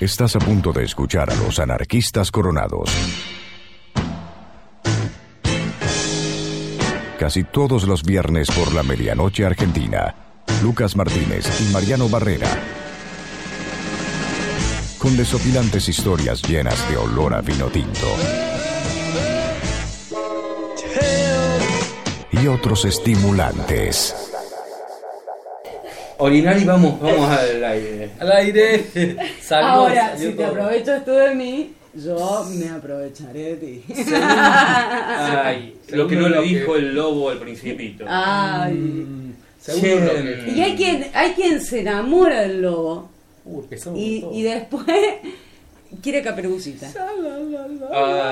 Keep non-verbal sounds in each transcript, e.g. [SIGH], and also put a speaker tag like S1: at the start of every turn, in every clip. S1: Estás a punto de escuchar a los anarquistas coronados. Casi todos los viernes por la medianoche argentina, Lucas Martínez y Mariano Barrera. Con desopilantes historias llenas de olor a vino tinto. Y otros estimulantes.
S2: Orinar y vamos, vamos al aire.
S3: Al aire. Salgo,
S4: Ahora,
S3: salió
S4: si te
S3: todo.
S4: aprovechas tú de mí, yo me aprovecharé de ti.
S2: Ay,
S3: Segundo
S2: lo que Mm, no le
S3: bloque.
S2: dijo el lobo al principito.
S4: Ay.
S3: Segundo
S2: Sí,
S3: bloque.
S4: Y hay quien, hay quien se enamora del lobo
S3: Uh, empezamos
S4: y,
S3: con todo.
S4: y después [LAUGHS] quiere caperucita.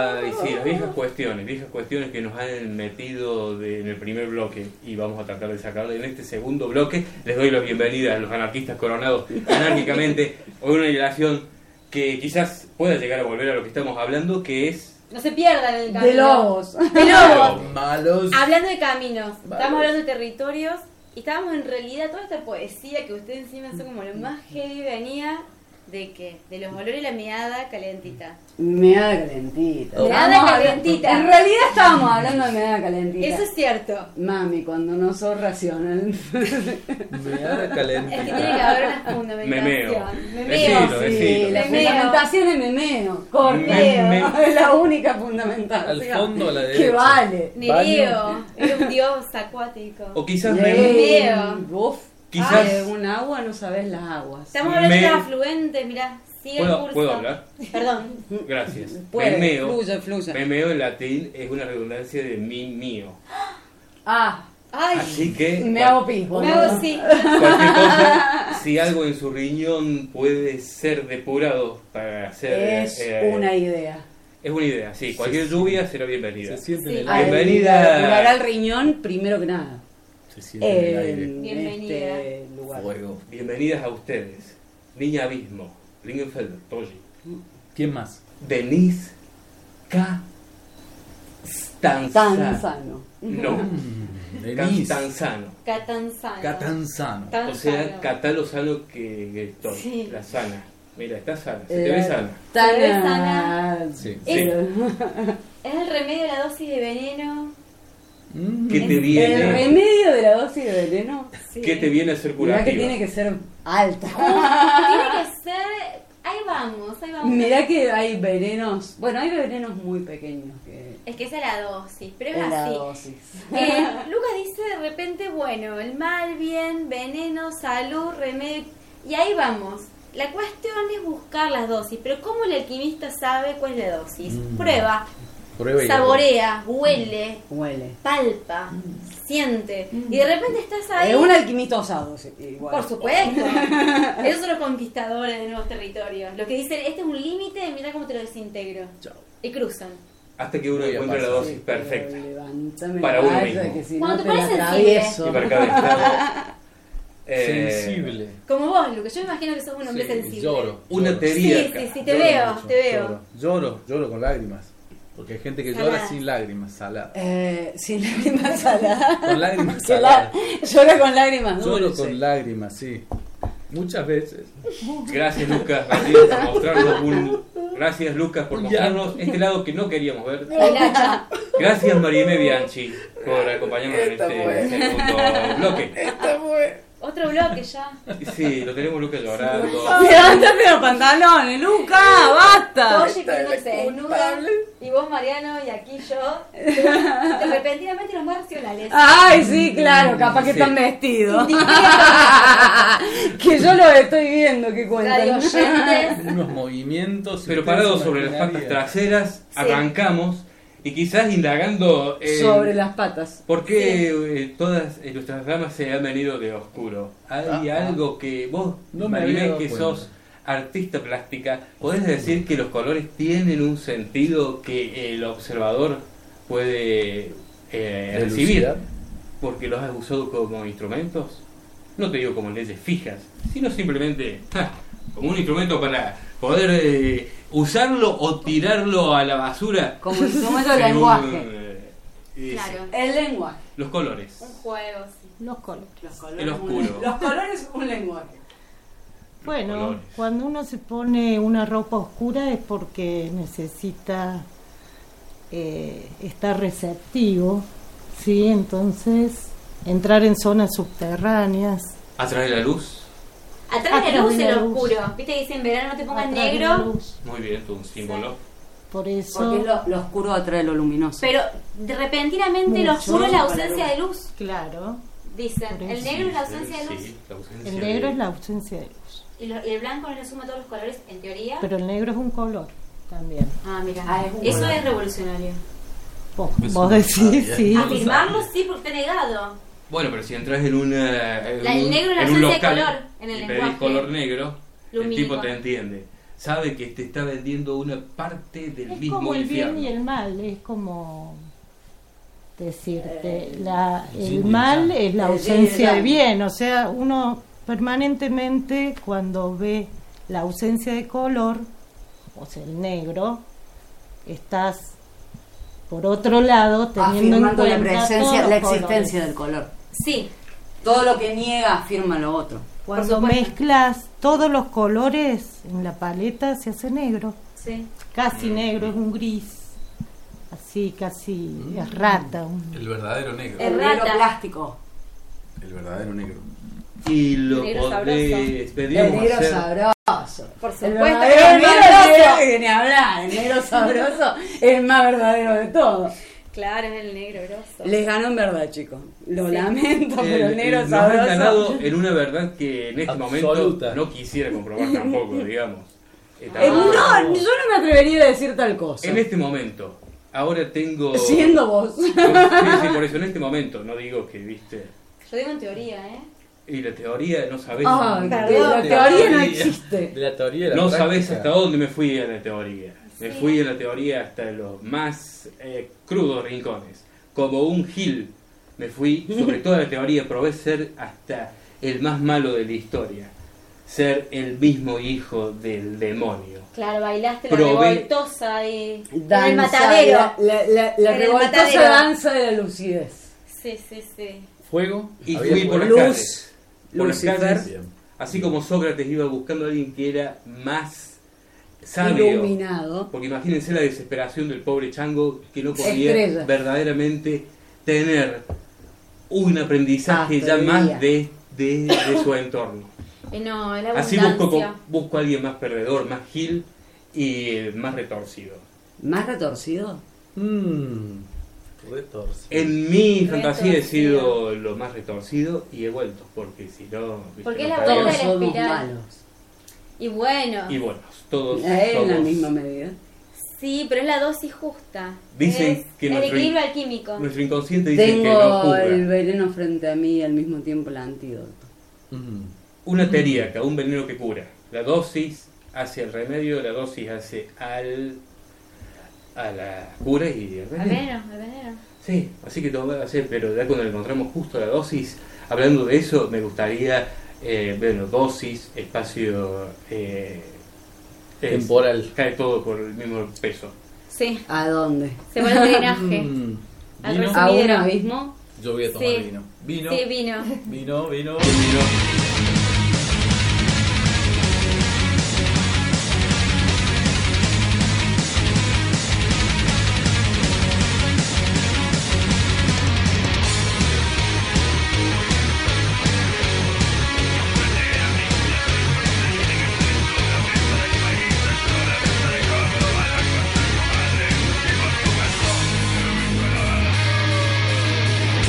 S2: Ay, sí, las viejas cuestiones, viejas cuestiones que nos han metido de- en el primer bloque y vamos a tratar de sacarle en este segundo bloque. Les doy la bienvenida a los anarquistas coronados anárquicamente. Hoy una relación que quizás pueda llegar a volver a lo que estamos hablando, que es...
S5: No se pierdan en el camino.
S4: De
S5: [LAUGHS]
S4: lobos.
S5: De lobos.
S3: Malos.
S5: Hablando de caminos,
S3: Vale.
S5: estamos hablando de territorios y estábamos en realidad toda esta poesía que usted encima son como lo más heavy venía de que de los olores y la meada calentita.
S4: Meada calentita.
S5: Meada
S4: Estábamos hablando-
S5: calentita.
S4: En realidad estábamos hablando de meada calentita.
S5: Eso es cierto.
S4: Mami, cuando no sos racional. [LAUGHS]
S3: Me da
S5: Es que
S3: calentita.
S5: tiene que haber una fundamentación.
S2: Memeo.
S5: Memeo.
S2: Decilo, decilo.
S4: Sí, la
S5: Memeo.
S4: fundamentación es memeo. Corteo.
S2: Meme-
S4: [LAUGHS] Es la única fundamentación.
S3: Al fondo a la
S4: Que
S3: derecha.
S4: vale.
S5: Nereo. Era un dios acuático.
S2: O quizás...
S4: Bien.
S2: me-
S4: Uf.
S2: Quizás-
S4: Ah, de un agua no sabes las aguas.
S5: Estamos hablando de
S2: Me-
S5: los afluentes, mirá. Sigue el
S2: ¿Puedo-
S5: curso.
S2: puedo hablar?
S5: Perdón.
S2: Gracias.
S4: Puede,
S2: Memeo.
S4: fluye, fluye.
S2: Memeo en latín es una redundancia de mi mío.
S4: Ah,
S5: Ay,
S2: Así que...
S4: me hago pis,
S5: me
S4: boludo.
S5: hago sí.
S2: Cualquier cosa, si algo en su riñón puede ser depurado para
S4: [LAUGHS]
S2: hacer.
S4: Es
S2: eh,
S4: una idea.
S2: Es una idea, sí. Cualquier lluvia será bienvenida.
S3: Se siente en el
S5: Sí.
S4: Al-
S3: aire.
S2: Bienvenida.
S4: Curar al riñón primero que nada.
S3: Se siente en el aire.
S4: En
S5: Bienvenida.
S4: este lugar.
S3: Fuego.
S2: Bienvenidas a ustedes. Niña Abismo, Lingenfeld, Toji,
S3: ¿Quién más?
S2: Denise K.
S4: Tan
S2: Stanzano.
S4: sano.
S2: No,
S3: Mm, Denise.
S2: Catanzano.
S5: Catanzano.
S3: Catanzano.
S5: Tan
S2: O sea,
S5: sano.
S2: catá lo sano que que estoy.
S5: Sí.
S2: La sana. Mira, está sana. Se te ve
S4: Eh,
S2: sana.
S4: Tan
S5: Se ve sana.
S3: Sí.
S2: Sí.
S5: Es el remedio de la dosis de veneno.
S3: Mm.
S2: ¿Qué te
S4: El
S2: viene?
S4: remedio de la dosis de veneno.
S5: Sí.
S2: ¿Qué te viene a ser
S4: Mirá que tiene
S2: curativa?
S4: que ser alta.
S5: Tiene que ser. Ahí vamos, ahí vamos.
S4: Mirá que hay venenos. Bueno, hay venenos muy pequeños que.
S5: Es que esa es la dosis, pero es
S4: en la
S5: así.
S4: dosis.
S5: Eh, Lucas dice de repente, bueno, el mal, bien, veneno, salud, remedio. Y ahí vamos. La cuestión es buscar las dosis, pero ¿cómo el alquimista sabe cuál es la dosis?
S3: Mm.
S5: Prueba,
S3: Prueba y
S5: saborea, huele,
S4: Huele.
S5: palpa,
S4: Mm.
S5: siente. Y de repente estás ahí.
S4: Es un alquimista osado, sí, igual.
S5: Por supuesto. Esos son los conquistadores de nuevos territorios. Los que dicen, este es un límite, mira cómo te lo desintegro.
S3: Chao.
S5: Y cruzan.
S2: Hasta que uno
S3: Voy a
S2: encuentra la
S3: pasar.
S2: dosis
S4: Sí, pero
S2: perfecta.
S4: levántame
S2: Para
S4: la
S2: uno
S4: valla,
S2: mismo.
S4: Que si
S5: Cuando
S4: no te
S5: te
S4: la
S5: pones sensible.
S4: [LAUGHS] atravieso.
S2: Y para cada estado Eh,
S3: Sensible.
S5: [LAUGHS] Como vos, Lucas, yo me imagino que sos un hombre
S3: Sí,
S5: sensible.
S3: Lloro.
S2: Una
S3: lloro.
S2: teoría.
S5: Sí,
S2: Teríaca.
S5: sí, sí, te
S3: Lloro
S5: veo,
S3: mucho,
S5: te veo.
S3: Lloro, lloro, lloro con lágrimas. Porque hay gente que llora
S5: Saladas.
S3: sin
S4: [LAUGHS]
S3: lágrimas, salada.
S4: Eh, sin lágrimas saladas.
S3: Con lágrimas
S4: Sin la-
S3: saladas.
S4: [LAUGHS] Llora con lágrimas
S3: Lloro
S4: dulces.
S3: con lágrimas, sí. Muchas veces.
S2: Gracias Lucas Martínez por mostrarnos un... Gracias Lucas por mostrarnos este lado que no queríamos ver.
S5: El hacha.
S2: Gracias Marime Bianchi por acompañarnos en este segundo bloque.
S5: Otro bloque ya.
S2: Sí, lo tenemos Lucas llorando.
S4: Levántate los pantalones, Luca, Ah, basta.
S5: Oye, que no se desnuda. Y vos, Mariano, y aquí yo. Pero Repentinamente los más racionales.
S4: Ay, sí, claro, capaz que
S2: Sí.
S4: están vestidos. [LAUGHS] que yo lo estoy viendo, que
S5: Radio
S4: cuentan.
S2: [LAUGHS]
S5: oyentes.
S3: Unos movimientos.
S2: Pero
S3: ustedes
S2: parados sobre las
S3: imaginarias.
S2: patas traseras, arrancamos y quizás indagando eh, en
S4: Sobre las patas.
S2: por qué eh, todas eh, nuestras ramas se han venido de oscuro. Hay
S3: Ah, ah.
S2: algo que vos,
S3: No
S2: no
S3: me había dado
S2: que
S3: cuenta.
S2: sos artista plástica, podés decir que los colores tienen un sentido que el observador puede eh, recibir
S3: Elucidar.
S2: porque los has usado como instrumentos. No te digo como leyes fijas, sino simplemente ja, como un instrumento para poder eh, usarlo o tirarlo a la basura.
S4: Como en su
S2: [LAUGHS]
S4: momento el
S2: Según,
S4: lenguaje.
S2: eh, eh,
S5: Claro.
S4: El lenguaje.
S2: Los colores.
S5: Un juego, sí.
S6: Los colores.
S4: Los colores.
S2: El oscuro.
S4: un- [LAUGHS] Los colores, un lenguaje.
S6: Bueno,
S2: colores.
S6: cuando uno se pone una ropa oscura es porque necesita eh, estar receptivo, ¿sí? Entonces, entrar en zonas subterráneas.
S2: Atrae la luz.
S5: Atrás de la
S6: Atrás
S5: luz
S6: de
S5: el
S6: la luz.
S5: oscuro. Viste que dicen en verano no te pongas
S6: atrás de la
S5: negro.
S6: luz.
S2: Muy bien, es un símbolo.
S6: Por
S4: Porque
S6: eso,
S4: lo, lo oscuro atrae lo luminoso.
S5: Pero de- repentinamente el
S6: Mucho.
S5: oscuro es la
S4: Para la
S5: ausencia
S4: luz.
S5: de luz.
S6: claro,
S5: Dicen.
S6: Por
S5: El
S6: eso.
S5: negro es la ausencia de
S2: Sí,
S5: luz.
S2: la ausencia
S6: el negro
S2: de-
S6: es la ausencia de luz,
S5: Y, lo- y el blanco le suma todos los colores, en teoría.
S6: pero el negro es un color también.
S5: Ah, mira.
S4: Ah, es un
S5: Eso
S4: color.
S5: es revolucionario.
S6: Vos,
S3: Eso
S6: vos
S3: no
S2: [LAUGHS]
S6: decís,
S2: Ah,
S3: sabía.
S6: sí.
S3: No lo
S5: Afirmarlo
S4: eh,
S3: sabía.
S5: sí, porque está negado.
S2: Bueno, pero si entras en una. En
S5: La- el
S2: un-
S5: negro es la
S2: en un
S5: ausencia de
S2: local
S5: color en el
S2: y pedís
S5: lenguaje
S2: color negro, el
S5: lumínico.
S2: tipo te entiende. Sabe que te está vendiendo una parte del
S6: Es
S2: mismo
S6: como el
S2: infierno.
S6: bien y el mal, es como decirte,
S4: Eh,
S6: la,
S3: el yin
S6: el
S3: y el
S6: mal
S3: yang.
S4: El
S6: es la
S4: yin y
S6: ausencia
S4: el
S6: de
S4: yang.
S6: bien, o sea, uno permanentemente cuando ve la ausencia de color, o sea, el negro, estás por otro lado teniendo
S4: afirmando
S6: en
S4: la
S6: cuenta
S4: presencia,
S6: todos
S4: la
S6: los
S4: existencia
S6: colores.
S4: del color.
S5: Sí.
S4: Todo lo que niega afirma lo otro.
S6: Cuando
S5: supuesto.
S6: mezclas todos los colores en la paleta se hace negro.
S5: Sí.
S6: casi negro, es un gris, así casi es rata. un-
S3: El verdadero negro.
S5: El
S4: El negro
S5: rata.
S4: plástico.
S3: El verdadero negro.
S2: Y lo
S5: Negro
S2: podés.
S4: El
S2: Pedíamos
S4: negro
S2: hacer.
S4: sabroso.
S5: Por
S4: El
S5: supuesto.
S4: verdadero
S5: que
S4: el negro, el
S5: negro.
S4: negro que ni hablar. El [LAUGHS] negro sabroso es el más verdadero de todos.
S5: Claro, es el negro grosso.
S4: Les ganó en verdad, chicos. Lo
S5: Sí.
S4: lamento, pero el
S2: El-
S4: negro
S2: nos
S4: sabroso.
S2: han ganado en una verdad que en este
S3: Absoluta.
S2: momento no quisiera
S4: [LAUGHS]
S2: comprobar tampoco, digamos. Eh,
S4: Eh,
S2: tampoco.
S4: no, yo no me atrevería a decir tal cosa.
S2: En este momento, ahora tengo.
S4: Siendo vos.
S2: Sí, sí, por eso en este momento, no digo que viste.
S5: Yo digo en teoría, ¿eh?
S2: Y la teoría no sabes.
S4: Ay, que
S5: Perdón,
S4: la
S3: De
S4: teoría no
S3: teoría.
S4: existe.
S3: De la teoría.
S2: No sabes
S3: sabes
S2: hasta dónde me fui a la teoría. Me
S5: Sí.
S2: fui a la teoría hasta los más eh, crudos rincones. Como un gil, me fui
S4: [LAUGHS]
S2: sobre toda la teoría. Probé ser hasta el más malo de la historia. Ser el mismo hijo del demonio.
S5: Claro, bailaste la
S2: Probé.
S5: revoltosa y. en el
S4: Danza,
S5: matadero.
S4: La, la, la, la
S5: En el
S4: revoltosa
S5: matadero.
S4: danza de la lucidez.
S5: Sí, sí, sí.
S3: Fuego.
S2: Y
S3: Había
S2: fui por las
S3: fuego.
S2: calles. Por las
S4: Lucifer.
S2: calles,
S3: Bien.
S2: Así como Sócrates iba buscando a alguien que era más sabio.
S4: Iluminado.
S2: Porque imagínense la desesperación del pobre chango que no podía
S4: Estrella.
S2: verdaderamente tener un aprendizaje ya
S4: Sabiduría.
S2: más de, de- de su entorno.
S5: Eh, no, la
S2: Así
S5: abundancia.
S2: busco, co- busco a alguien más perdedor, más gil y eh, más retorcido.
S4: Más retorcido.
S2: Mm.
S3: Mmm. Retorcido.
S2: En mi fantasía he
S5: Retorcido.
S2: sido lo más retorcido y he vuelto, porque si no... viste,
S5: Porque es
S2: no
S5: la
S2: cabía.
S5: vuelta
S4: Todos
S5: de la
S4: somos
S5: espiral.
S4: malos.
S5: Y bueno.
S2: Y buenos, todos
S4: Eh, En la
S2: somos-
S4: misma medida.
S5: Sí, pero es la dosis justa.
S2: Dicen
S5: Es
S2: que
S5: el
S2: nuestro-
S5: equilibrio alquímico.
S2: Nuestro inconsciente dice que no
S4: Tengo
S2: juzga.
S4: el veneno frente a mí y al mismo tiempo el antídoto.
S3: Mm.
S2: Una teríaca, un veneno que cura. La dosis hace el remedio, la dosis hace al a la cura y al
S5: Al
S2: remedio.
S5: veneno, al veneno.
S2: Sí, así que todo va a hacer, pero ya cuando encontramos justo la dosis, Hablando de eso, me gustaría, eh, bueno, dosis, espacio... eh, es-
S7: Temporal.
S2: Cae todo por el mismo peso.
S5: Sí,
S4: ¿A dónde?
S5: se va
S2: [LAUGHS]
S5: al drenaje.
S3: Mm. Vino.
S5: al
S4: ¿A un
S5: resumidero.
S4: abismo?
S7: Yo voy a tomar
S5: Sí.
S7: vino.
S3: Vino,
S5: Sí, vino.
S3: vino, vino.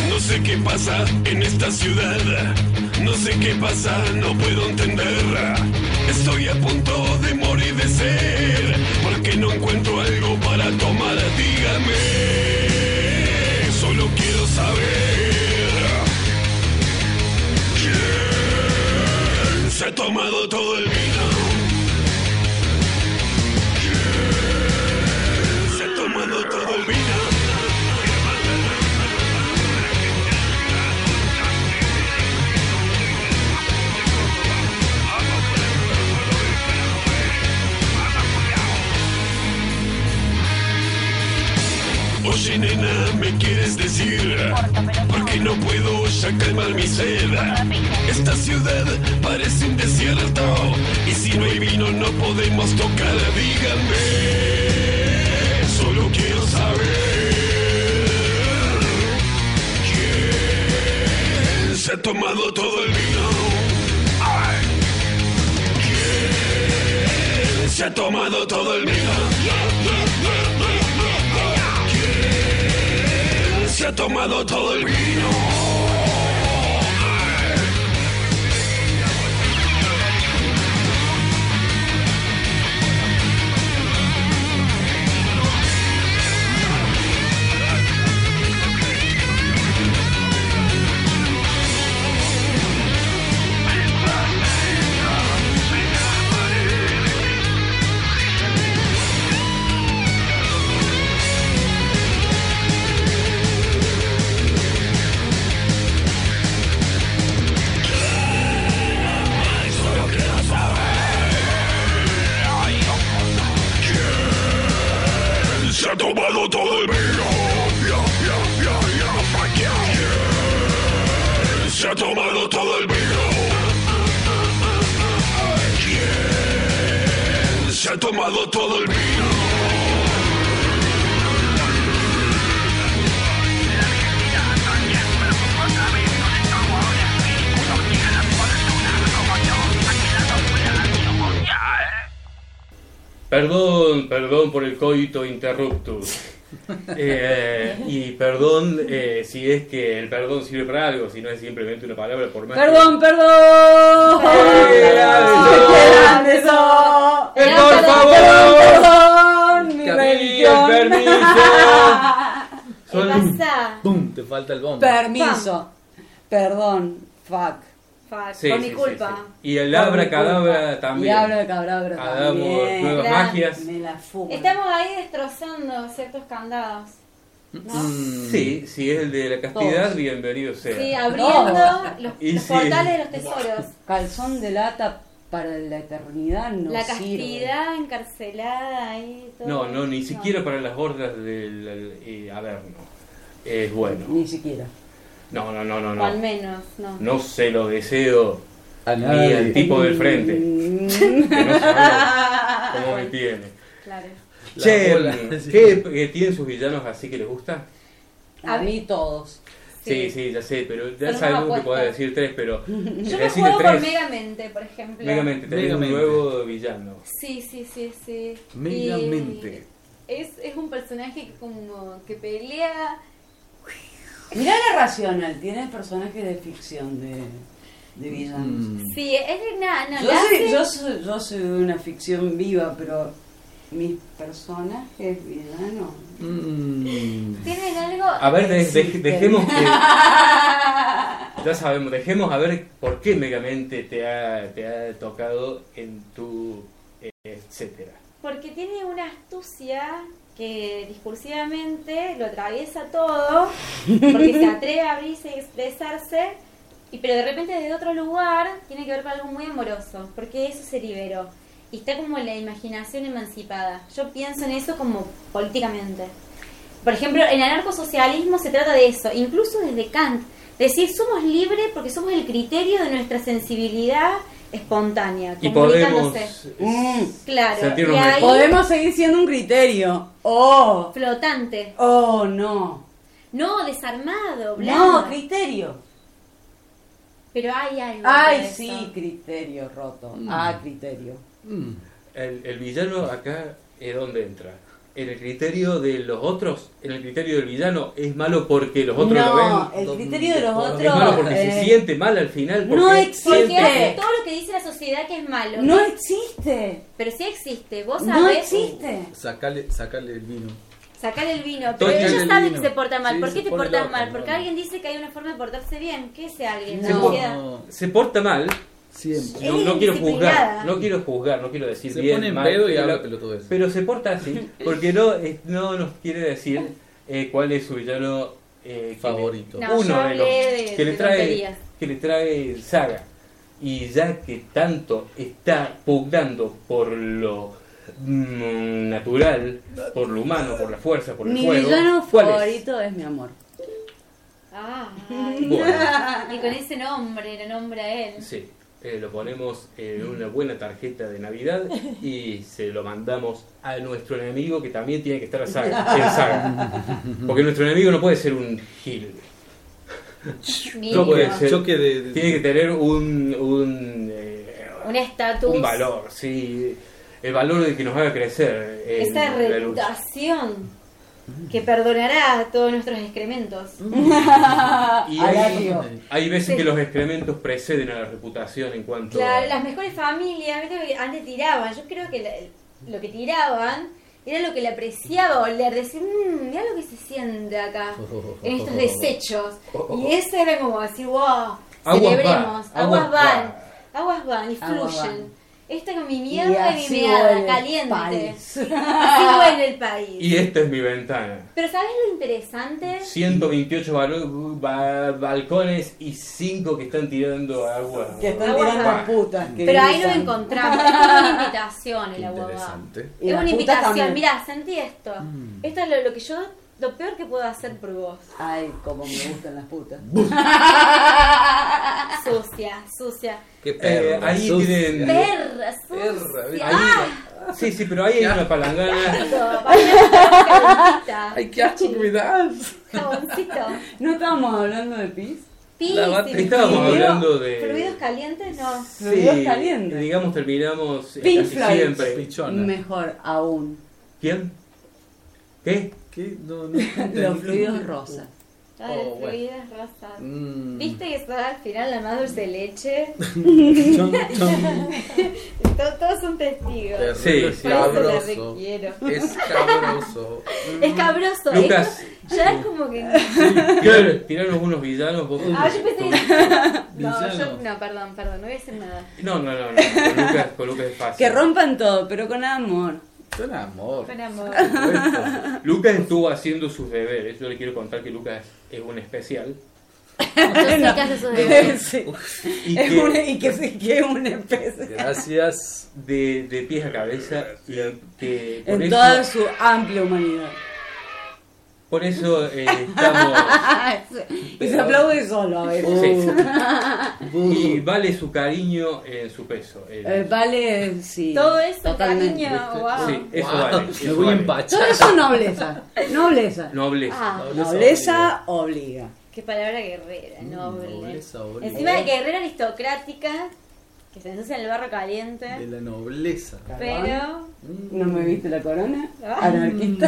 S8: No sé qué pasa en esta ciudad, no sé qué pasa, no puedo entenderla. Estoy a punto de morir de sed, porque no encuentro algo para tomar. Dígame, solo quiero saber quién se ha tomado todo el vino. ¿Quién se ha tomado todo el vino? Oye nena, ¿me quieres decir? Porque no puedo ya calmar mi sed Esta ciudad parece un desierto Y si no hay vino no podemos tocar Díganme, solo quiero saber ¿Quién se ha tomado todo el vino? Ay. ¿Quién se ha tomado todo el vino? se ha tomado todo el vino. Se ha tomado todo el vino. Ya, ya, ya, ya, pa' que- ¿Quién Se ha tomado todo el vino. ¿Quién Se ha tomado todo el vino.
S2: Perdón, perdón por el
S4: [LAUGHS]
S2: coito interruptus. Eh, y perdón eh, si es que el perdón sirve para algo, si no es simplemente una palabra por más. que-
S4: ¡Perdón, perdón!
S2: ¡Qué grande
S4: eso!
S2: ¡Eh, por favor!
S4: ¡Perdón! ¡Mi
S7: Te
S2: ¡Pido
S4: religión!
S2: permiso!
S5: ¿Qué
S2: Son-
S5: pasa?
S7: ¡Pum! Te falta el bombo.
S4: Permiso. Perdón. Fuck.
S5: Fuck,
S2: Sí,
S5: por
S2: sí,
S5: mi
S2: sí,
S5: culpa.
S2: sí. Y el
S4: Por mi
S2: labra
S4: culpa.
S2: cadabra también.
S4: Y habla de cabra
S2: Hagamos
S4: también.
S2: nuevas
S5: Claro.
S2: magias.
S4: Me la fumo.
S5: Estamos ahí destrozando ciertos candados. ¿No?
S2: Sí, si es el de la castidad,
S4: Todos.
S2: bienvenido sea.
S5: Sí, abriendo los,
S2: Y
S5: los
S2: sí.
S5: portales de los tesoros.
S4: Calzón de lata para la eternidad no
S5: la
S4: sirve.
S5: castidad encarcelada ahí. Todo.
S2: No, no, ni siquiera para las hordas del eh, Averno. Es bueno.
S4: Ni siquiera.
S2: No, no, no, no,
S5: O al
S2: no.
S5: menos, no.
S2: No se lo deseo
S3: A
S2: ni al
S3: nadie.
S2: tipo del frente.
S5: [LAUGHS]
S4: Mm.
S2: Que no
S5: Ah,
S2: sabe cómo me tiene.
S5: Claro.
S7: La
S2: Che,
S7: bola, sí.
S2: ¿qué, qué tienen sus villanos así que les gusta?
S4: A mí todos.
S2: Sí, sí,
S5: Sí.
S2: ya sé, pero ya
S5: Pero no me
S2: sabemos que
S5: acuerdo.
S2: podés decir tres, pero.
S5: [LAUGHS] Yo
S2: decirle
S5: lo juego por
S2: tres.
S5: Megamente, por ejemplo.
S2: Megamente, tenés un
S7: Megamente.
S2: nuevo villano.
S5: Sí, sí, sí, sí.
S3: Megamente.
S5: Y Es, es un personaje que como que pelea.
S4: Mirá la racional, tienes personajes de ficción, de, de villanos.
S3: Mm.
S5: Sí, es de nada, no,
S4: Yo
S5: la
S4: soy,
S5: hace-
S4: yo, soy, yo soy una ficción viva, pero mis personajes villanos.
S3: Mm.
S5: Tienen algo.
S2: A ver, de- de-
S4: [LAUGHS]
S2: dejemos que. Ya sabemos, dejemos a ver por qué Megamente te ha, te ha tocado en tu. eh, etcétera.
S5: Porque tiene una astucia que
S2: [LAUGHS]
S5: discursivamente lo atraviesa todo, porque se atreve a abrirse y expresarse, Y pero de repente desde otro lugar tiene que ver con algo muy amoroso, porque eso se liberó. Y está como la imaginación emancipada. Yo pienso en eso como políticamente. Por ejemplo, el anarcosocialismo se trata de eso, incluso desde Kant. Decir, somos libres porque somos el criterio de nuestra sensibilidad espontánea,
S2: Y podemos
S5: comunicándose.
S4: Mm,
S5: Claro, y
S2: sentirnos mejor.
S5: ahí
S4: Podemos seguir siendo un criterio. Oh,
S5: flotante.
S4: oh, no.
S5: No, desarmado, blando.
S4: No, criterio.
S5: pero hay algo.
S4: Ay,
S5: de eso.
S4: sí, criterio roto.
S2: Mm.
S4: Ah, criterio.
S2: El, el villano acá es donde entra. En el criterio de los otros, en el criterio del villano, es malo porque los otros lo
S4: no,
S2: ven.
S4: el criterio de los otros.
S2: Es malo porque se
S4: eh,
S2: siente mal al final. Porque
S4: no
S2: siente
S5: Porque hace
S4: existe.
S5: todo lo que dice la sociedad que es malo.
S4: No existe.
S5: Pero sí existe. Vos sabés.
S4: No existe.
S3: Sacale, sacale el vino.
S5: Sacale el vino. Pero
S2: Tócale
S5: ellos
S2: el
S5: saben
S3: vino.
S5: que se portan mal.
S3: Sí,
S5: ¿Por
S3: se
S5: qué te
S3: pone
S5: portas
S3: loco,
S5: mal?
S3: no,
S5: Porque
S3: no.
S5: alguien dice que hay una forma de portarse bien. ¿Qué es ese alguien?
S4: Se
S5: La
S4: por-
S5: sociedad.
S3: No,
S2: se porta mal.
S3: siempre.
S2: No,
S5: Es
S2: no quiero
S5: indisciplinada.
S2: juzgar, no quiero juzgar, no quiero decir
S3: Se
S2: bien,
S3: pone en
S2: mal,
S3: pedo y
S2: pero-
S3: habla pelotudez.
S2: Pero se porta así, porque no, eh, no nos quiere decir eh, cuál es su villano eh, que
S3: Favorito.
S2: le-
S5: No, yo
S2: uno de los
S5: hablé de-
S2: que le
S5: de
S2: trae
S5: tonterías.
S2: que le trae Saga. Y ya que tanto está pugnando por lo mm, natural, por lo humano, por la fuerza, por el
S4: Mi
S2: juego.
S4: villano
S2: ¿cuál es?
S4: favorito es mi amor.
S5: Ah,
S2: Bueno,
S5: y con ese nombre, lo nombra él.
S2: Sí, eh, lo ponemos en una buena tarjeta de Navidad y se lo mandamos a nuestro enemigo que también tiene que estar a saga, en saga. Porque nuestro enemigo no puede ser un gil.
S5: Mínimo.
S2: No puede ser.
S3: Choque de. de-
S2: Tiene que tener un, un, eh,
S5: Un estatus.
S2: un valor, sí. El valor de que nos haga crecer. en
S5: Esa
S2: la lucha.
S5: reputación que perdonará todos nuestros excrementos.
S2: Y
S4: Alario.
S2: hay, hay veces
S5: Sí.
S2: que los excrementos preceden a la reputación en cuanto
S5: Claro,
S2: a-
S5: las mejores familias, ¿viste? Porque antes tiraban, yo creo que la- lo que tiraban era lo que le apreciaba oler, decir, mmm, mira lo que se siente
S9: [LAUGHS]
S5: acá, en estos [LAUGHS] desechos. Y eso era como decir, wow,
S2: Aguas
S5: celebremos,
S2: van, aguas
S5: aguas van,
S2: van".
S5: aguas van y
S4: Aguas
S5: fluyen.
S4: van.
S5: Esta con mi
S4: Y
S5: mierda y mi
S4: así huele
S5: meada,
S4: el [LAUGHS]
S5: caliente.
S4: país.
S5: Así huele el país.
S2: Y esta es mi ventana.
S5: Pero ¿sabes lo interesante?
S2: 128 balo- ba- balcones y 5 que están tirando agua.
S4: Que están
S5: Agua
S4: tirando
S5: van.
S4: putas. que
S5: Pero ahí lo
S4: guisan.
S5: encontramos, es como una invitación el agua va.
S3: Interesante.
S4: Y
S5: es
S4: las
S5: una
S4: putas
S5: invitación,
S4: también. Mm.
S5: mirá, sentí esto. Esto es lo, lo que yo, lo peor que puedo hacer por vos.
S4: Ay, como me gustan las putas. Ah.
S5: Sucia, sucia.
S3: Qué
S2: Eh, ahí
S3: sucia.
S2: tienen-
S5: Perra,
S3: Perra, Oh, ¿viste?
S5: sucia.
S2: Ahí-
S5: Ah.
S2: sí, sí, pero ahí hay una
S5: [LAUGHS]
S2: palangana. [LAUGHS]
S5: Eso, palangana,
S3: Ay, qué asco que me das.
S5: Jaboncito.
S4: ¿No estábamos hablando de pis?
S5: Pis,
S3: Lavate.
S5: y-
S2: Estábamos
S4: Fluido-
S2: hablando
S5: ¿Fluidos
S2: de.
S5: calientes? No.
S4: fluidos calientes.
S2: digamos, terminamos eh,
S4: Pink
S2: casi
S4: Floyd.
S2: siempre.
S3: Pichona.
S4: Mejor aún,
S2: ¿Quién? ¿Qué?
S3: ¿Qué? No,
S5: [LAUGHS]
S3: no.
S4: los fluidos rosas.
S5: Ah, las
S3: Oh, bueno.
S5: fluidas rosas.
S3: Mm.
S5: ¿Viste que eso al final la más dulce
S3: [LAUGHS]
S5: de leche?
S3: Chon, chon.
S5: Todos, todos son testigos.
S3: Terrible,
S2: Sí,
S3: es
S2: sí.
S5: Por eso te
S3: cabroso.
S5: requiero.
S3: [LAUGHS]
S5: [LAUGHS]
S3: Es cabroso.
S5: Es cabroso.
S2: Lucas.
S5: esto ya es como que.
S2: Tirar- Tirarnos unos villanos. vos-
S5: Ah,
S2: [LAUGHS]
S5: yo pensé que. [LAUGHS] No,
S3: Villano.
S5: yo, no, perdón, perdón, no voy a hacer nada.
S2: No, no, no, no. Con Lucas, con Lucas es
S4: [LAUGHS]
S2: fácil.
S4: Que rompan todo, pero con amor.
S3: Con amor.
S5: Con amor.
S4: [LAUGHS]
S3: Esto.
S2: Lucas estuvo haciendo sus deberes. Yo le quiero contar que Lucas es un especial.
S5: Yo sé que hace sus deberes.
S4: Sí.
S2: Y
S4: Es
S2: que-
S4: una- y que sí, que es una especie.
S3: Gracias.
S2: de, de pies a cabeza y que por
S4: En
S2: eso,
S4: toda su amplia humanidad.
S2: por eso eh,
S4: [LAUGHS]
S2: estamos
S4: Y se aplaude solo a veces.
S2: Sí. [LAUGHS] y
S3: Y
S2: vale su cariño en su peso el-
S4: Eh, vale, sí.
S5: Todo eso,
S4: totalmente.
S5: cariño, wow.
S2: sí eso
S3: Wow,
S2: vale
S3: Ah, Me
S2: eso
S3: voy a
S2: vale.
S3: empachar.
S4: Todo eso nobleza. Nobleza.
S2: nobleza
S5: Ah,
S4: Nobleza obliga.
S5: qué palabra guerrera,
S3: Mm,
S5: noble.
S3: nobleza, obliga.
S5: Encima de guerrera aristocrática, que se ensucia en el barro
S3: De
S5: caliente.
S3: la nobleza.
S5: Pero. ah,
S4: ¿No me viste la corona? Anarquista.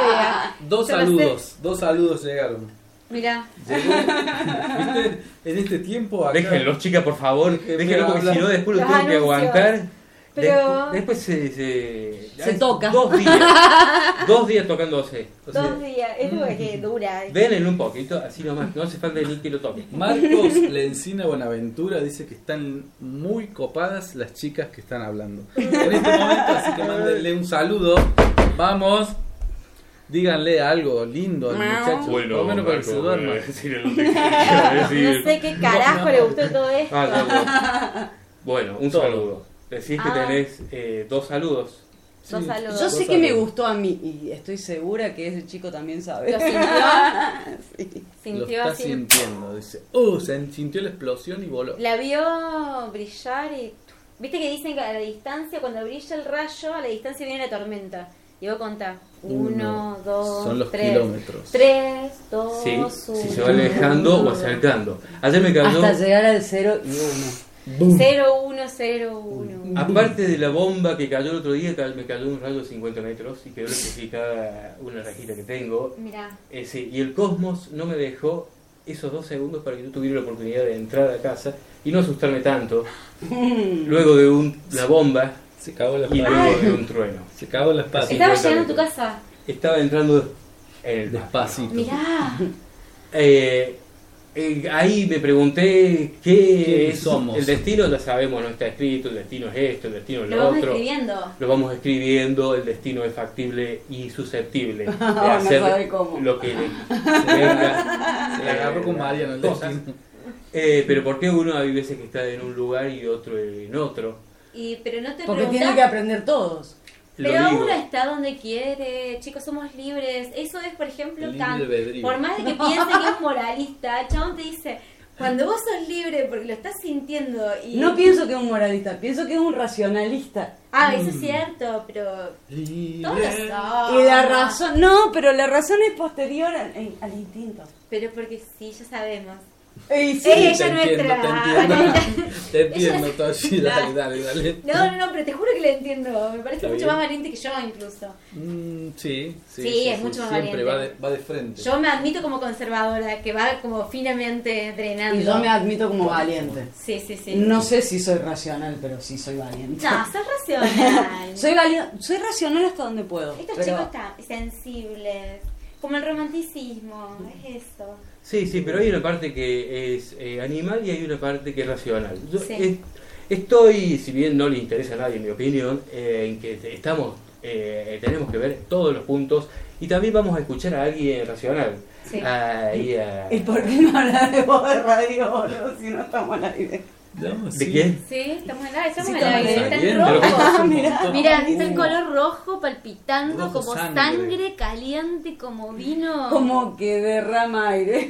S5: Obvia.
S3: Dos
S5: Yo no sé.
S3: saludos. Dos saludos llegaron.
S5: Mirá, [LAUGHS]
S3: Llegó. ¿Viste? En este tiempo acá.
S2: déjenlos chicas por favor
S3: Déjenme
S2: déjenlos porque
S3: hablar.
S2: si no después lo
S5: Los
S2: tienen que
S5: anuncios.
S2: aguantar
S5: Pero-
S2: Despu- después se se,
S4: Se
S2: hay
S4: toca.
S2: dos días
S5: [LAUGHS]
S2: dos días tocándose O sea,
S5: dos días, es como
S2: [LAUGHS]
S5: que dura. [LAUGHS]
S2: denle un poquito así nomás no hace falta ni que lo toquen
S3: Marcos Lencina Buenaventura dice que están muy copadas las chicas que están hablando. En este momento, así que mándenle un saludo. Vamos. díganle algo lindo al
S5: Miau.
S3: muchacho.
S2: Bueno,
S3: por lo menos para que se
S2: Marco,
S3: duerma.
S2: voy a decir el nombre que quiero decir.
S5: No sé qué carajo le gustó todo esto.
S2: Ah, está bueno. Bueno, un
S3: Todo.
S2: saludo. Decís que
S5: Ah.
S2: tenés eh, dos saludos.
S5: Dos
S3: Sí.
S5: saludos.
S4: Yo sé que me
S3: saludos.
S4: gustó a mí y estoy segura que ese chico también sabe.
S5: Lo sintió,
S4: [LAUGHS] Sí.
S3: Lo
S5: sintió
S3: está
S5: así.
S3: sintiendo, dice. Oh, se sintió la explosión y voló.
S5: La vio brillar y. Viste que dicen que a la distancia, cuando brilla el rayo, a la distancia viene la tormenta. Y vos contás. Uno,
S3: Uno.
S5: dos,
S3: Son los
S5: tres.
S3: kilómetros.
S5: Tres, dos,
S2: Sí,
S5: uno.
S2: si se va alejando o acercando. Ayer me cayó,
S4: Hasta llegar al 0 y 1.
S5: Cero, uno, cero, uno.
S2: aparte de la bomba que cayó el otro día, ca- me cayó un rayo de 50 metros y quedó electrificada una rajita que tengo.
S5: Mirá.
S2: Eh, sí, y el cosmos no me dejó esos dos segundos para que yo tuviera la oportunidad de entrar a casa y no asustarme tanto luego de un- una bomba
S3: Mm. Se cagó las
S2: y
S3: patas.
S2: luego de un trueno.
S3: Se cagó las patas.
S5: Estaba
S2: cincuenta
S5: llegando a tu
S2: metros.
S5: casa.
S2: Estaba entrando en el
S3: Despacito.
S5: Mirá.
S2: Eh, eh, ahí me pregunté qué
S3: ¿Quiénes
S2: es
S3: somos?
S2: el destino, ya sabemos, no está escrito, el destino es esto, el destino es
S5: Lo
S2: lo
S5: vamos
S2: otro.
S5: escribiendo.
S2: Lo vamos escribiendo, el destino es factible y susceptible de
S4: No sabe
S2: hacer
S4: cómo.
S2: lo que le
S3: Se
S2: venga. [LAUGHS]
S3: la agarró con Mariano el
S2: Cosas.
S3: destino.
S2: Eh, pero ¿por qué uno hay veces que está en un lugar y otro en otro?
S5: Y, pero no te
S4: Porque
S5: preguntás-
S4: tienen que aprender todos.
S2: Lo
S5: Pero
S2: digo.
S5: uno está donde quiere, chicos, somos libres. Eso es, por ejemplo,
S3: El libre
S5: Kant.
S3: albedrío.
S5: Por más de que piense que es moralista, Chabón te dice, cuando vos sos libre porque lo estás sintiendo y...
S4: No pienso Mm. que es un moralista, pienso que es un racionalista.
S5: Ah, eso es cierto, Ah. pero... Todos lo
S3: Libre.
S5: somos.
S4: Y la razón, no, pero la razón es posterior al, al instinto.
S5: Pero porque sí, ya sabemos.
S4: Y
S5: Sí,
S4: sí,
S5: ella no
S3: entiendo,
S5: [LAUGHS] entra.
S3: te entiendo. Te entiendo, Toshi. Dale, dale, dale.
S5: No, no, no, pero te juro que la entiendo. Me parece
S3: Está
S5: mucho
S3: bien.
S5: más valiente que yo incluso.
S3: Mm, sí, sí,
S5: Sí, es mucho más
S3: Siempre va de,
S5: valiente.
S3: va de frente.
S5: Yo me admito como conservadora, que va como finamente drenando.
S4: y yo me admito como valiente.
S5: Sí, sí, sí.
S4: No sé si soy racional, pero sí soy valiente.
S5: No,
S4: [LAUGHS]
S5: sos racional.
S4: Soy, vali- soy racional hasta donde puedo.
S5: Estos
S4: pero-
S5: chicos están sensibles. Como el romanticismo, es eso.
S2: Sí, sí, pero hay una parte que es eh, animal y hay una parte que es racional. Yo
S5: Sí.
S2: es- estoy, si bien no le interesa a nadie mi opinión, eh, en que te- estamos, eh, tenemos que ver todos los puntos y también vamos a escuchar a alguien racional.
S5: Sí.
S2: Ah, y a-
S4: [LAUGHS] ¿Y por qué no hablar de vos de Radio Oro si no estamos al aire?
S3: No,
S2: ¿De
S3: sí.
S2: quién?
S5: Sí, estamos en la estamos
S4: Sí,
S5: en la
S4: estamos
S5: está en
S3: saliendo.
S5: [LAUGHS] rojo. Mira,
S4: Uh.
S5: está el color rojo palpitando
S3: Rojo
S5: como
S3: sangre.
S5: sangre. caliente, como vino. [LAUGHS]
S4: Como que derrama aire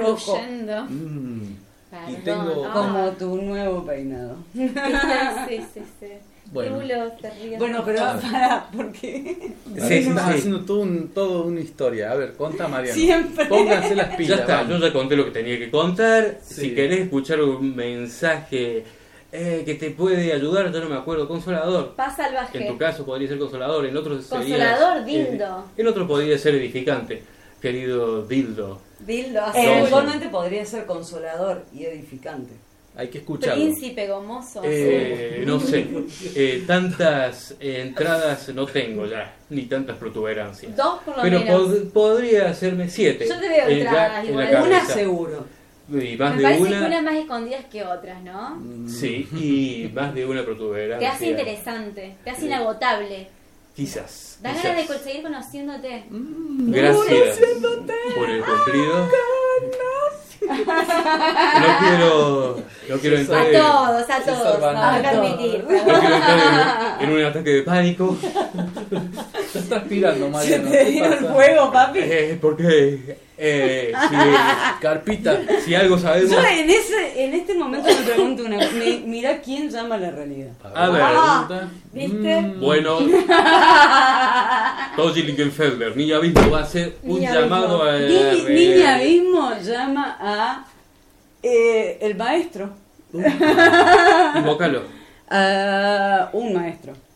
S4: rojo.
S5: fluyendo.
S3: Mm,
S5: Perdón,
S3: Y tengo-
S5: ah.
S4: Como tu nuevo peinado.
S5: [LAUGHS] Sí, sí, sí.
S3: Bueno.
S5: Tulo, te ríes.
S4: Bueno, pero para, ¿por qué?
S3: sí,
S2: sí,
S3: estás
S2: sí.
S3: haciendo todo un, todo una historia. A ver, conta Mariano.
S4: Siempre.
S3: Pónganse las
S2: Ya
S3: pilas.
S2: está,
S3: vamos.
S2: yo ya conté lo que tenía que contar.
S3: Sí.
S2: Si querés escuchar un mensaje eh, que te puede ayudar, yo no me acuerdo, consolador.
S5: Paz salvaje.
S2: En tu caso podría ser consolador, en otro sería...
S5: Consolador,
S2: eh,
S5: dildo.
S2: en otro podría ser edificante, querido dildo.
S5: Dildo,
S4: Eventualmente Eh, podría ser consolador y edificante.
S3: Hay que escucharlo.
S5: príncipe gomoso.
S2: Eh, no
S5: [LAUGHS]
S2: sé, eh, tantas eh, entradas no tengo ya, ni tantas protuberancias.
S5: Dos por lo
S2: Pero
S5: menos.
S2: pod- podría hacerme siete.
S5: Yo te veo
S2: en la-
S5: entradas
S2: en
S5: igual.
S2: la
S4: Una
S2: cabeza.
S4: seguro.
S2: Y más
S5: Me
S2: de
S5: parece
S2: una. Mm,
S5: que unas más escondidas que otras, ¿no?
S2: Sí,
S3: Mm.
S2: y más de una protuberancia.
S5: Te hace interesante, te hace inagotable.
S2: Quizás.
S5: Da
S2: quizás.
S5: ganas de co- seguir conociéndote.
S2: Mm, Gracias por el cumplido. [LAUGHS] No quiero, no quiero
S5: A
S2: entrar, en, no
S5: todos, a
S3: Sí,
S5: todos,
S3: Sorban.
S5: no a
S4: A
S5: permitir.
S2: quiero entrar en, en un ataque de pánico
S3: Estás transpirando,
S4: Se
S3: Mariano.
S4: te
S3: ¿Qué
S4: dio el
S3: pasa?
S4: fuego, papi.
S2: eh, porque eh,
S3: [LAUGHS]
S2: si,
S3: Carpita.
S2: si algo sabemos,
S4: Yo en, ese, en este momento me pregunto una cosa. Mi- Mirá quién llama a la realidad.
S2: A ver.
S3: Pregunta.
S4: Ah, ¿Viste? [LAUGHS]
S3: Mm,
S2: bueno, Toji Linkenfelder, Niña Abismo va a ser un
S5: Niña
S2: llamado a la
S4: Ni-
S2: re-
S4: Niña Abismo llama a eh, el maestro. [LAUGHS]
S2: Invócalo,
S4: A un maestro.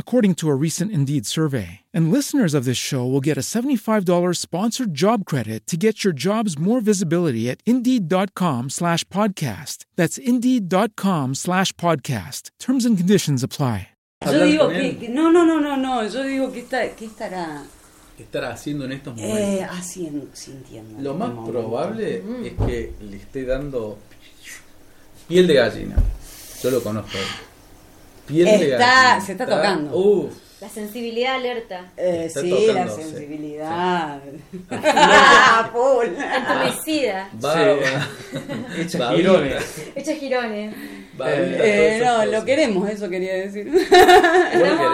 S10: according to a recent Indeed survey. And listeners of this show will get a $75 sponsored job credit to get your jobs more visibility at Indeed.com slash podcast. That's Indeed.com slash podcast. Terms and conditions apply.
S4: Yo
S3: Hablar
S4: digo
S3: con
S4: que,
S3: él.
S4: que- no, no, no, no, no, yo digo que, está, que estará
S3: ¿Qué estará haciendo en estos momentos?
S4: eh, haciendo, sintiendo.
S3: Lo
S4: en
S3: más
S4: este momento.
S3: probable es que le esté dando piel de gallina. Yo lo conozco. a él. Piel de
S4: Está-
S3: gallina.
S4: se está tocando. [LAUGHS]
S3: Uf,
S5: La sensibilidad alerta.
S4: Eh,
S3: Está
S4: sí,
S3: tocando,
S4: la [LAUGHS]
S3: sí.
S4: sensibilidad. ah, Paul.
S5: Entumecida.
S3: va, va-
S4: [LAUGHS]
S2: Hecha
S3: va-
S2: girones.
S5: Hecha girones.
S3: va- va-
S4: Eh,
S3: todas
S4: no,
S3: esas
S4: lo
S3: cosas.
S4: queremos, eso quería decir. [LAUGHS]
S3: ¿Vos lo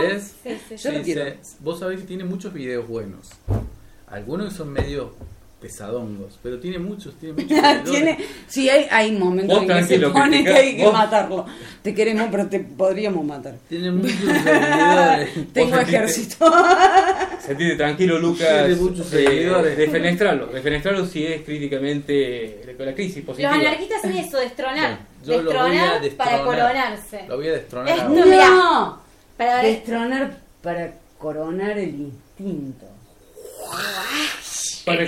S3: querés?
S5: Sí, sí,
S4: Yo lo
S3: Sí,
S4: quiero.
S3: sí. Vos sabés que tiene muchos videos buenos. Algunos que son medio pesadongos, pero tiene muchos, tiene
S4: [LAUGHS]
S3: muchos. seguidores.
S4: Tiene, sí, hay, hay momentos en
S2: Vos
S4: que se
S2: tranquilo, que
S4: pone
S2: te
S4: que hay que
S2: vos-
S4: matarlo. Te queremos, pero te podríamos matar.
S3: Tiene muchos
S2: [LAUGHS]
S3: seguidores.
S4: [LAUGHS] Tengo
S3: [LAUGHS]
S2: sentiste-
S4: ejército.
S2: Sentite tranquilo, Lucas.
S3: Tiene muchos
S2: eh,
S3: seguidores.
S2: Defenestralo. Defenestralo si es críticamente eh, con la crisis
S5: Los
S2: positiva.
S5: anarquistas hacen eso, destronar.
S3: Yo lo voy a
S5: destronar, para
S3: destronar.
S5: coronarse.
S3: Lo voy a destronar.
S5: Esto-
S3: ahora.
S5: mirá.
S4: No,
S5: Para
S4: destronar para coronar el instinto.
S3: Mm,
S2: Para,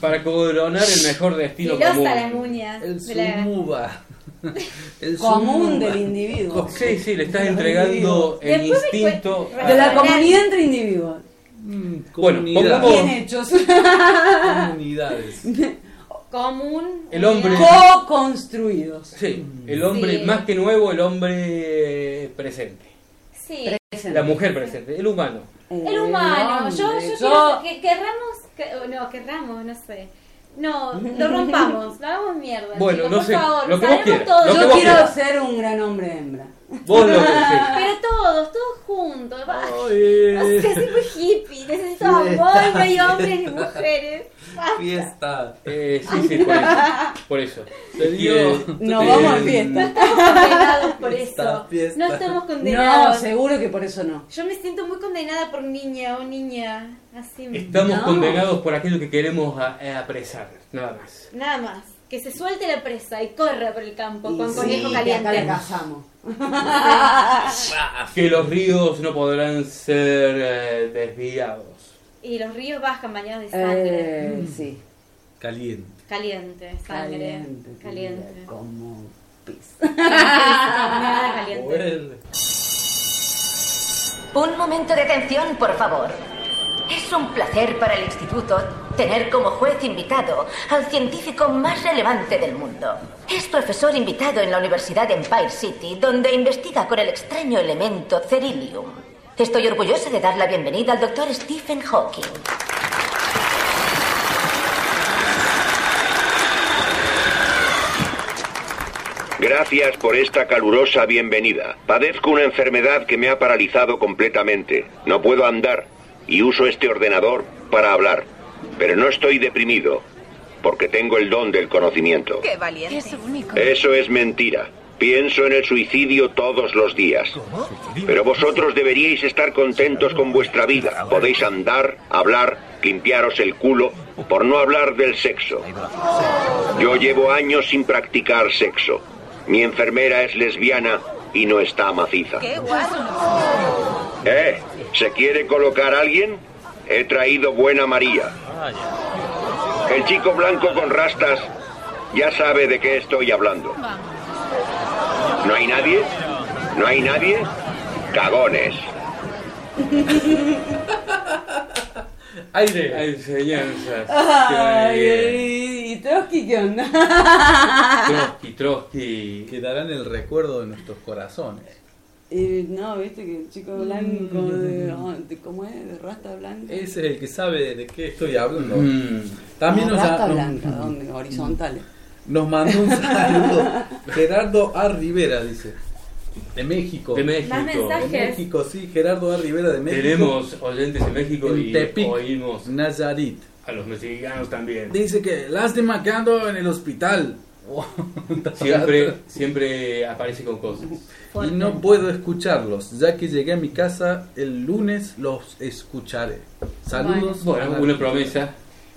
S2: para coronar el mejor destino común.
S5: filosa las uñas.
S3: El
S5: de la-
S3: sumuba. El
S4: Común
S3: sumuba.
S4: del individuo.
S2: Sí, sí, le estás entregando el
S5: Después me
S2: instinto.
S5: cue-
S4: De
S2: a-
S4: la comunidad entre individuos.
S3: Mm,
S2: Bueno,
S3: comunidad.
S2: pongamos-
S4: Bien hechos.
S3: comunidades.
S5: común.
S2: El hombre.
S5: unidad.
S4: Co-construidos.
S2: Sí, el hombre
S5: Sí.
S2: más que nuevo, el hombre eh, presente.
S5: Sí.
S2: La mujer presente, el humano.
S4: Eh,
S5: El humano. Yo, yo,
S4: Hombre,
S5: quiero que querramos. que- o no, querramos, no sé. No, lo rompamos, lo hagamos mierda.
S2: Bueno,
S5: chicos,
S2: no
S5: por
S2: sé, lo
S5: favor,
S2: que vos
S5: salgamos
S2: quieras,
S5: todos.
S2: lo que
S4: yo
S2: vos
S4: quiero
S2: quieras.
S4: ser un gran hombre hembra.
S2: Vos
S4: [LAUGHS]
S2: lo que
S5: Pero todos, todos juntos. va. No
S2: Ay, eh.
S5: sé, soy muy hippie, necesito
S3: Fiesta,
S5: amor, no hay hombres ni
S3: fiesta.
S5: mujeres. Basta.
S3: Fiesta.
S2: eh, sí, sí, por eso. Por eso. Eh,
S3: Te digo,
S2: Bien.
S3: te
S4: Nos
S3: digo,
S4: vamos a fiesta.
S5: No estamos condenados por
S3: Fiesta,
S5: eso.
S3: fiesta.
S5: No estamos
S4: No,
S5: condenados.
S4: seguro que por eso no.
S5: Yo me siento muy condenada por niña o niña. Así.
S2: Estamos
S4: No.
S2: condenados por aquello que queremos a- a apresar, nada más.
S5: Nada más. Que se suelte la presa y corra por el campo
S4: Y
S5: con
S4: sí,
S5: conejo
S4: que Acá la
S5: caliente.
S4: casamos.
S2: Que los ríos no podrán ser eh, desviados.
S5: [LAUGHS] Y los ríos bajan bañados de sangre.
S4: Eh, sí.
S3: Caliente.
S5: Caliente, sangre. Caliente.
S4: Caliente. Como pis.
S5: [LAUGHS] Nada caliente.
S4: [LAUGHS]
S3: Vuelve.
S11: Un momento de atención, por favor. Es un placer para el instituto tener como juez invitado al científico más relevante del mundo. Es profesor invitado en la Universidad de Empire City, donde investiga con el extraño elemento cerilium. Estoy orgullosa de dar la bienvenida al doctor Stephen Hawking.
S7: Gracias por esta calurosa bienvenida. Padezco una enfermedad que me ha paralizado completamente. No puedo andar y uso este ordenador para hablar. Pero no estoy deprimido, porque tengo el don del conocimiento.
S11: ¡Qué valiente! Es único.
S7: Eso es mentira. Pienso en el suicidio todos los días. Pero vosotros deberíais estar contentos con vuestra vida. Podéis andar, hablar, limpiaros el culo, por no hablar del sexo. Yo llevo años sin practicar sexo. Mi enfermera es lesbiana y no está maciza. ¿Eh? ¿Se quiere colocar alguien? He traído buena María. El chico blanco con rastas ya sabe de qué estoy hablando. ¿No hay nadie? ¿No hay nadie? Cagones.
S3: [LAUGHS] Aire.
S4: [LAUGHS]
S2: Hay enseñanzas. Qué
S4: Ay, ¿y Trotsky qué onda?
S2: [LAUGHS]
S4: [LAUGHS]
S2: bien. Trotsky, Trotsky.
S3: Quedarán el recuerdo de nuestros corazones.
S4: Eh, no, viste que el chico blanco, de, ah,
S2: Mm.
S4: de- ¿cómo es? De rasta blanca.
S3: Ese es el que sabe de qué estoy hablando.
S2: Mm.
S3: También
S4: No,
S3: nos,
S4: rasta
S3: nos- [LAUGHS]
S4: blanca, ¿dónde?
S5: Mm.
S4: Horizontales.
S3: nos mandó un saludo. Gerardo A. Rivera, dice. De México.
S2: De México. Más
S5: mensajes.
S3: De México, sí. Gerardo A. Rivera de México.
S2: Tenemos oyentes en México
S3: En
S2: y
S3: Tepic,
S2: oímos
S3: Nayarit.
S2: a los mexicanos también.
S3: Dice que lástima que ando en el hospital.
S2: [LAUGHS] Siempre, siempre aparece con cosas.
S3: Y no puedo escucharlos, ya que llegué a mi casa el lunes los escucharé. Saludos.
S2: Bueno, una promesa.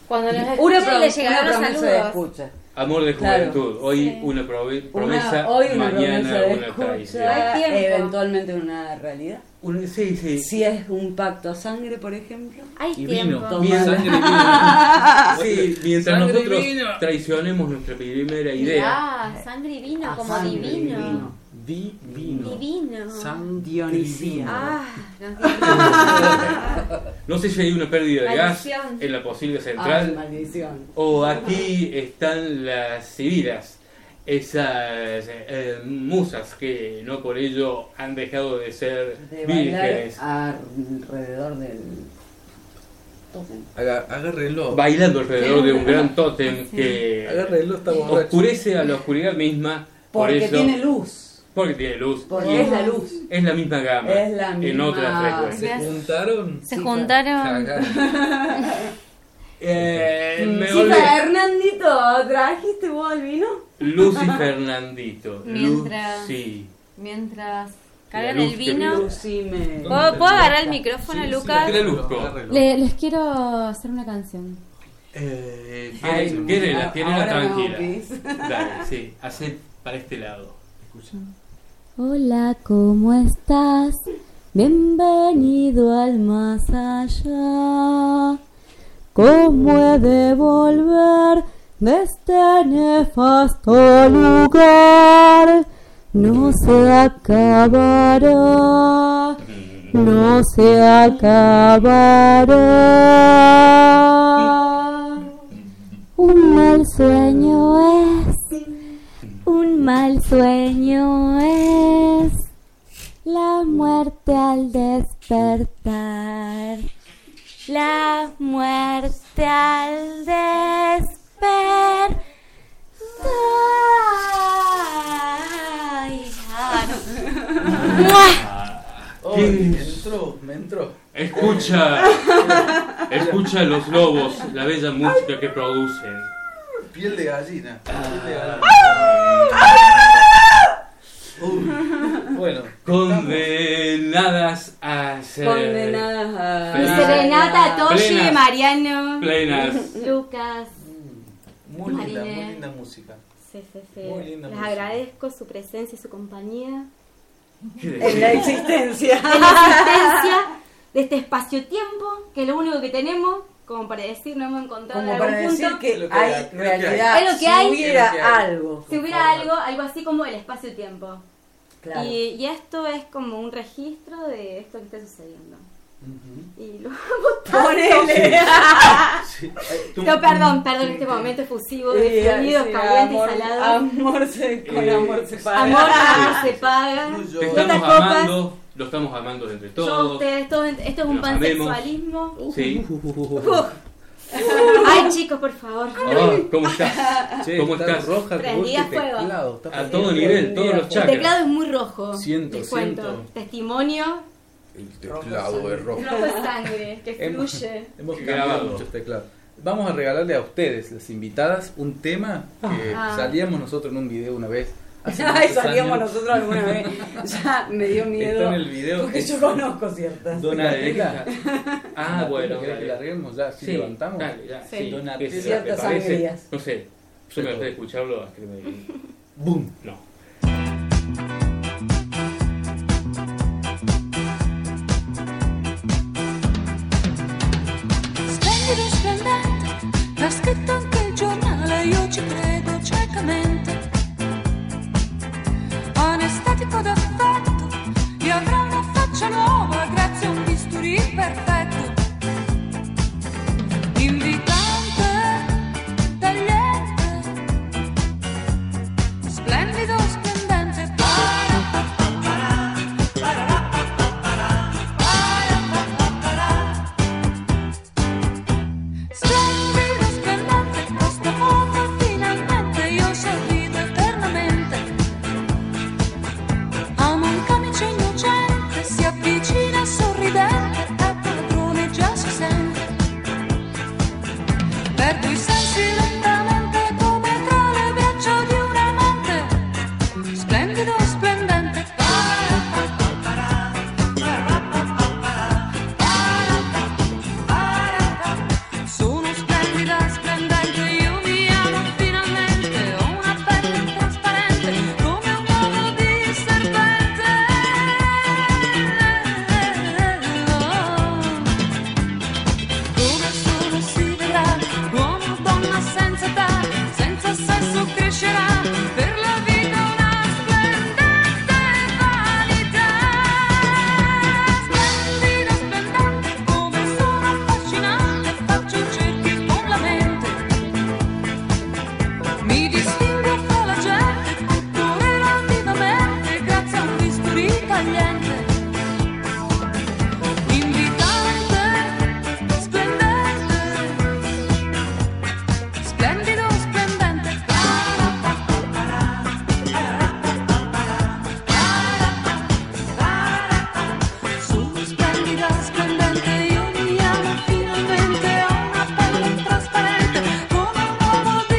S5: Cuando los escuchen,
S4: Una
S5: le
S4: promesa,
S5: llegarán
S4: una
S5: los
S4: promesa de
S5: saludos.
S4: escucha.
S2: Amor de
S4: Claro.
S2: juventud. Hoy una prove- promesa,
S4: Una- hoy una
S2: mañana
S4: promesa de
S2: una traición.
S4: escucha,
S5: Hay tiempo.
S4: Eh, eventualmente una realidad.
S2: Un- sí, sí.
S4: Si es un pacto a sangre, por ejemplo.
S5: Hay
S3: Y
S5: tiempo.
S3: vino.
S4: Toma.
S3: Sangre y vino. [LAUGHS]
S2: Sí, mientras
S3: Sangre y
S2: nosotros
S3: vino.
S2: traicionemos nuestra primera idea.
S5: Mirá, Ah, sangre y vino,
S4: A
S5: como
S4: Ah, sangre y
S5: divino.
S4: vino.
S3: Divino.
S5: [LAUGHS] Divino.
S3: San
S4: Dionisía.
S5: Ah, nos divino.
S2: No sé si hay una pérdida de gas
S5: Maldición.
S2: en la posible
S4: Ay,
S2: central.
S4: maldición.
S2: O aquí están las civilas, esas eh, musas que no por ello han dejado de ser
S4: De bailar
S2: vírgenes,
S4: alrededor del.
S3: Aga- Agárrelo.
S2: bailando alrededor de
S4: [LAUGHS]
S2: un gran tótem que
S3: Agárrelo, está borracho.
S2: oscurece a la oscuridad misma. Por
S4: Porque
S2: eso,
S4: tiene luz.
S2: porque tiene luz.
S3: Oh.
S4: Porque
S2: Y
S4: es la luz.
S2: es la misma gama
S4: Es la
S2: en
S4: misma-
S2: otras frecuencias.
S3: ¿Se juntaron?
S5: Se
S4: Sí,
S5: juntaron.
S3: Cagaron.
S5: [LAUGHS]
S2: Eh, me
S4: Sí,
S2: olvidé.
S4: Fernandito, ¿trajiste vos el vino?
S5: [LAUGHS]
S2: Lucy Fernandito.
S5: Mientras-
S2: Lucy.
S5: Mientras
S2: La
S5: cargan
S2: luz
S5: el
S2: que
S5: vino.
S4: Lucime.
S5: ¿Puedo, puedo agarrar el micrófono,
S3: Sí, sí,
S5: Lucas?
S3: agárrelo,
S2: Lucas.
S3: agárrelo.
S5: Le- les quiero hacer una canción.
S2: Eh,
S4: Ay,
S2: tiene- tiene-
S4: ahora
S2: tiene la
S4: no,
S2: tranquila.
S4: Piz.
S2: Dale, sí, hace para este lado.
S5: Hola, ¿cómo estás? Bienvenido al más allá. ¿Cómo he de volver de este nefasto lugar? No se acabará, no se acabará. Un mal sueño es. Un mal sueño es la muerte al despertar. La muerte al despertar. Ay, ah, no. ¡Mua!
S3: Oh, me entró, me entró.
S2: Escucha, escucha los lobos, la bella música que producen.
S3: Piel de gallina. Piel de gallina.
S4: Ah.
S3: Uy, bueno.
S2: Condenadas a ser
S4: Condenadas a.
S2: Feliz.
S5: Serenata, Toshi,
S2: Plenas.
S5: Mariano,
S2: plenas.
S5: Lucas.
S3: Muy linda,
S5: Marine.
S3: muy linda música.
S5: Sí, sí, sí.
S3: Muy linda
S5: Les
S3: música.
S5: agradezco su presencia y su compañía.
S2: ¿Qué
S4: En
S2: decir?
S4: la
S5: [LAUGHS]
S4: existencia.
S5: de la existencia de este espacio-tiempo, que es lo único que tenemos, como para decir, no hemos encontrado
S4: Como
S5: en
S4: para
S5: algún
S4: decir
S5: punto.
S4: que
S3: Lo que
S4: hay
S3: hay, lo que hay.
S4: realidad.
S5: Es lo que
S4: si
S5: hay.
S4: hubiera
S3: Es lo que hay.
S4: algo.
S5: Si hubiera algo, algo así como el espacio-tiempo.
S4: Claro.
S5: Y, y esto es como un registro de esto que está sucediendo. Y
S4: [LAUGHS]
S5: lo amo tanto. [LAUGHS]
S4: Ponele.
S3: Sí. Ay, tú-
S5: No, perdón, perdón, este momento efusivo de sonidos
S4: Sí,
S5: calientes
S4: amor-
S5: y salados.
S4: Amor se, con
S2: Eh,
S4: amor se paga. [LAUGHS]
S2: [LAUGHS]
S5: Amor no se paga.
S3: No
S2: Te
S3: llores.
S5: Tantas
S2: estamos
S5: copas.
S2: amando, lo estamos amando entre
S5: Yo,
S2: todos.
S5: ustedes, todos, esto es un
S2: Nos amemos.
S5: pansexualismo.
S2: Sí.
S5: Ay, chicos, por favor.
S2: Ah, ¿Cómo
S3: [LAUGHS]
S2: estás?
S3: Che,
S2: ¿Cómo
S3: está
S2: estás?
S3: roja
S5: Tres
S3: como este
S5: días fuego.
S3: teclado, está
S2: A
S3: pasando.
S2: todo nivel, todos los
S5: El
S2: chakras.
S5: teclado es muy rojo.
S3: Siento,
S5: les cuento.
S3: siento.
S5: Testimonio
S3: El teclado es rojo.
S5: rojo es sangre que
S3: Hemos-
S4: [LAUGHS]
S3: [LAUGHS]
S5: fluye.
S3: Hemos
S2: Grabado.
S3: cambiado muchos teclados. Vamos a regalarle a ustedes, las invitadas, un tema que
S5: Ah.
S3: salíamos nosotros en un video una vez.
S4: [LAUGHS]
S3: hace
S4: Ay,
S3: muchos
S4: salíamos
S3: años.
S4: nosotros alguna
S3: [LAUGHS]
S4: vez. Ya me dio miedo.
S3: Está en el video.
S4: Porque yo conozco
S5: [LAUGHS]
S4: ciertas.
S3: Donatella.
S2: Ah, bueno.
S3: ¿Querés que
S2: dale.
S3: la reguemos ya? Si
S2: Sí,
S3: levantamos.
S2: dale, ya,
S5: Sí.
S2: sí.
S3: Donatello.
S2: Que si
S4: Ciertas
S2: te parece,
S4: sangrías.
S2: No sé, yo me gustaría escucharlo hasta que
S3: [LAUGHS]
S2: me
S3: ¡Bum!
S2: No.
S12: splendido splendente, l'ha scritto anche il giornale, io ci credo ciecamente. Onestatico d'affetto, gli avrà una faccia nuova grazie a un bisturí perfetto. Invitante, tagliente, splendido splendente, pare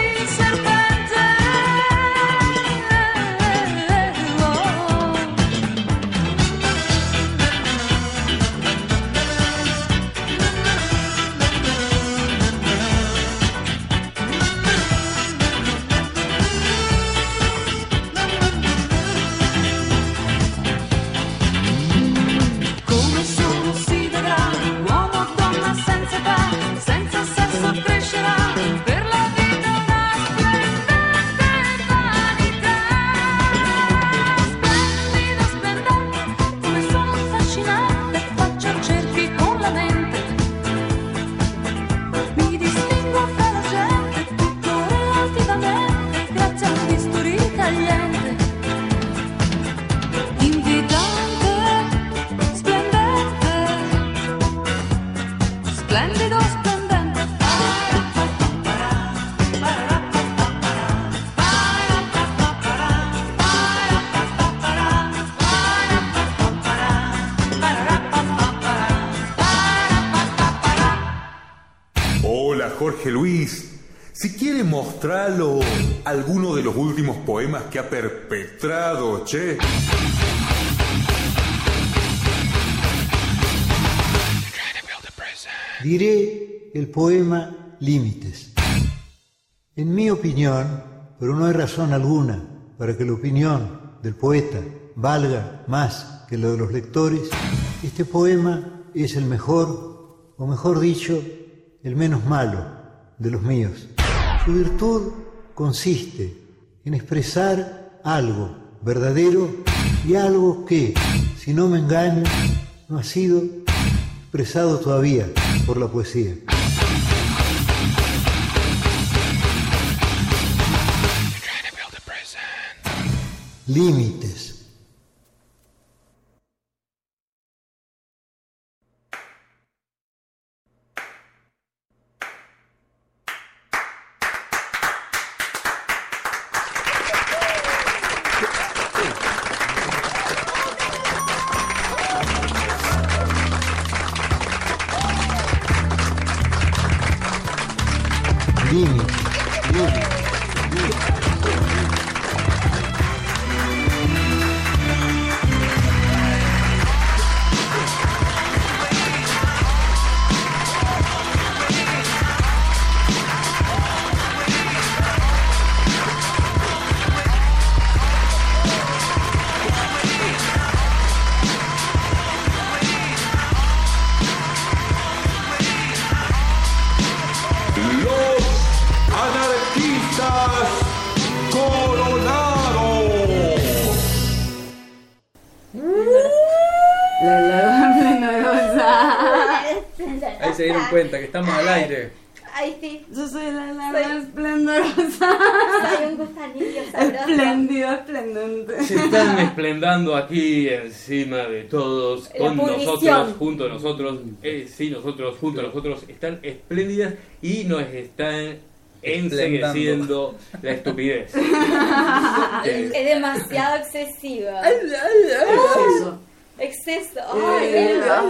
S9: Oh.
S12: splendido, splendente.
S13: Hola Jorge Luis. Si quiere mostrarlo alguno de los últimos poemas que ha perpetrado, che.
S14: Diré el poema Límites. En mi opinión, pero no hay razón alguna para que la opinión del poeta valga más que la de los lectores, este poema es el mejor, o mejor dicho, el menos malo de los míos. Su virtud consiste en expresar algo verdadero y algo que, si no me engaño, no ha sido expresado todavía por la poesía. Límites. Límites.
S8: Los anarquistas coronados.
S4: La labor
S5: esplendorosa.
S3: [LAUGHS] Ahí se dieron cuenta que estamos al aire.
S5: Ahí sí.
S4: Yo soy la larva esplendorosa.
S5: Soy un gusanillo sabroso.
S4: Espléndido, esplendente.
S2: Se están esplendando aquí encima de todos,
S4: La
S2: con
S4: punición.
S2: nosotros, junto a nosotros, eh, sí, nosotros, junto a nosotros, están espléndidas y nos están
S3: Esplendando.
S2: ensegueciendo
S4: [LAUGHS]
S2: la estupidez.
S5: Es demasiado excesiva. Exceso. Ay,
S4: Eh,
S5: mira.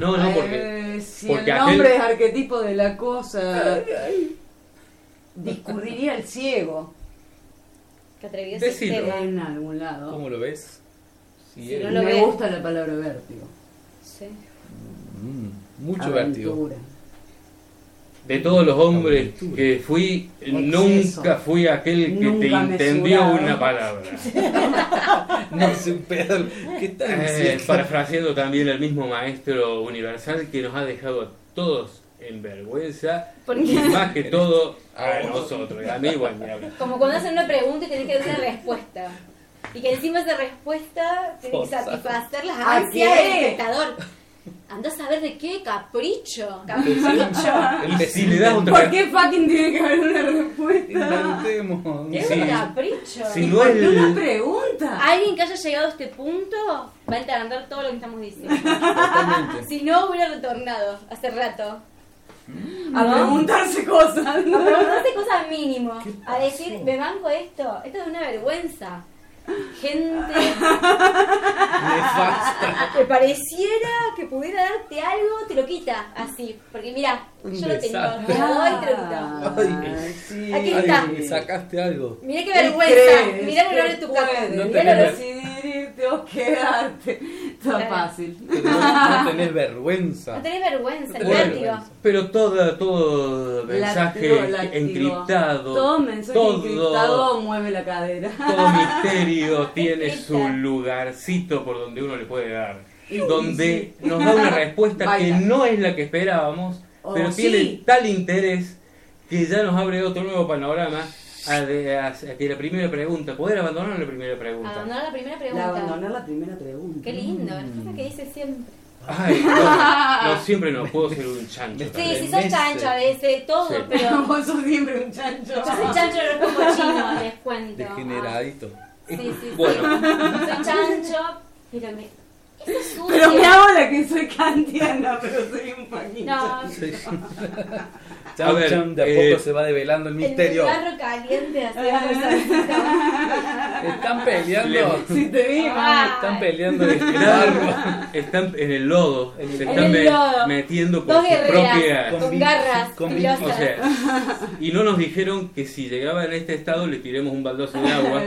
S2: No, no, porque.
S4: Eh, si
S2: porque
S4: el
S2: aquel-
S4: nombre es arquetipo de la cosa, discurriría el ciego.
S5: Que atrevido ese
S4: Decirlo.
S5: tema.
S4: En algún lado.
S3: ¿Cómo lo ves? Sí,
S4: Si
S3: eh.
S4: no lo Me gusta la palabra vértigo.
S5: Sí.
S3: Mm, mucho
S4: Aventura.
S3: vértigo.
S2: De todos los hombres que fui, nunca fui aquel que te
S3: Nunca
S2: entendió
S3: mesurado.
S2: una palabra.
S3: [LAUGHS]
S4: [LAUGHS]
S3: No sé, Pedro, ¿qué tal?
S2: Eh, parafraseando también el mismo maestro universal que nos ha dejado a todos en vergüenza
S5: ¿Por
S2: y
S5: qué?
S2: más
S3: [LAUGHS]
S2: que todo
S3: Ah,
S2: a nosotros, y a mí bueno, ni hablar.
S5: Como cuando hacen una pregunta y tenés que dar una respuesta. Y que encima esa respuesta tiene que
S2: Forzada.
S5: satisfacer las
S4: ¿A
S5: ansias
S4: qué?
S5: del espectador. Anda a saber de qué capricho. [LAUGHS]
S2: El si le das otra
S4: ¿Por qué fucking tiene que haber una respuesta?
S3: Inventemos.
S5: Es un capricho.
S2: Si no es
S4: Una
S2: el-
S4: pregunta.
S5: Alguien que haya llegado a este punto va a entender todo lo que estamos diciendo. Si no, hubiera retornado hace rato.
S4: A preguntarse cosas.
S5: A preguntarse cosas mínimo. A decir, me banco esto. Esto es una vergüenza. Gente. Que pareciera que pudiera darte algo, te lo quita. Así. Porque mira,
S3: Un
S5: yo lo tengo.
S3: desastre.
S5: Te lo doy, te lo
S4: Ah.
S5: quito.
S3: Ay, sí.
S5: Aquí está.
S3: Ay, sacaste algo.
S5: Mirá qué
S4: ¿Qué
S5: vergüenza.
S4: crees
S5: Mirá el
S4: que
S5: olor de tu caca.
S4: puede?
S3: No
S5: Mirá el
S3: tenés
S5: olor.
S4: Decidir irte o quedarte. Está fácil.
S3: Pero no, no tenés vergüenza.
S5: No tenés vergüenza, el
S2: Bueno,
S5: vértigo.
S2: Pero toda, todo mensaje
S4: Láctigo, láctigo.
S2: encriptado,
S4: Todo mensaje
S2: todo-
S4: encriptado mueve la cadera.
S2: todo
S5: [LAUGHS]
S2: misterio tiene su lugarcito por donde uno le puede dar.
S4: Y-
S2: Donde
S4: y sí.
S2: nos da
S5: [LAUGHS]
S2: una respuesta
S4: Baila.
S2: que no es la que esperábamos,
S4: Oh,
S2: pero
S4: sí.
S2: tiene tal interés que ya nos abre otro nuevo panorama a, de- a- a que la primera pregunta, poder abandonar la primera pregunta.
S5: Abandonar la primera
S4: [LAUGHS] La
S5: pregunta.
S4: abandonar la primera pregunta.
S5: Qué lindo, es cosa que dice siempre.
S2: Ay, no, no, siempre
S5: [LAUGHS]
S2: no puedo ser un chancho.
S5: Ah. Sí,
S2: también.
S5: sí, sos chancho a veces, todo,
S2: Sí.
S4: [LAUGHS]
S5: pero.
S4: [LAUGHS] Vos sos siempre un chancho.
S5: Yo soy chancho, pero no
S4: [LAUGHS]
S5: como chino, les cuento.
S3: Degeneradito.
S5: Sí, sí, sí.
S2: Bueno.
S5: Soy chancho, pero me. Eso es sucio.
S4: Pero me hago la que soy kantiana, pero soy un paquito.
S5: No.
S4: [LAUGHS]
S3: Cham,
S2: A ver,
S3: cham, de a
S2: eh,
S3: poco se va develando el
S5: El
S3: misterio.
S5: barro caliente así.
S3: Están peleando.
S2: Le-
S4: Si te vi,
S5: Ah,
S3: Están peleando.
S5: [LAUGHS]
S2: Claro, están en el lodo, se
S5: En
S2: están
S5: el
S2: me-
S5: lodo.
S2: metiendo por
S5: Dos
S2: su propia.
S5: guerreras con garras pilosas.
S2: O sea, y no nos dijeron que si llegaba en este estado le tiremos un baldazo de agua.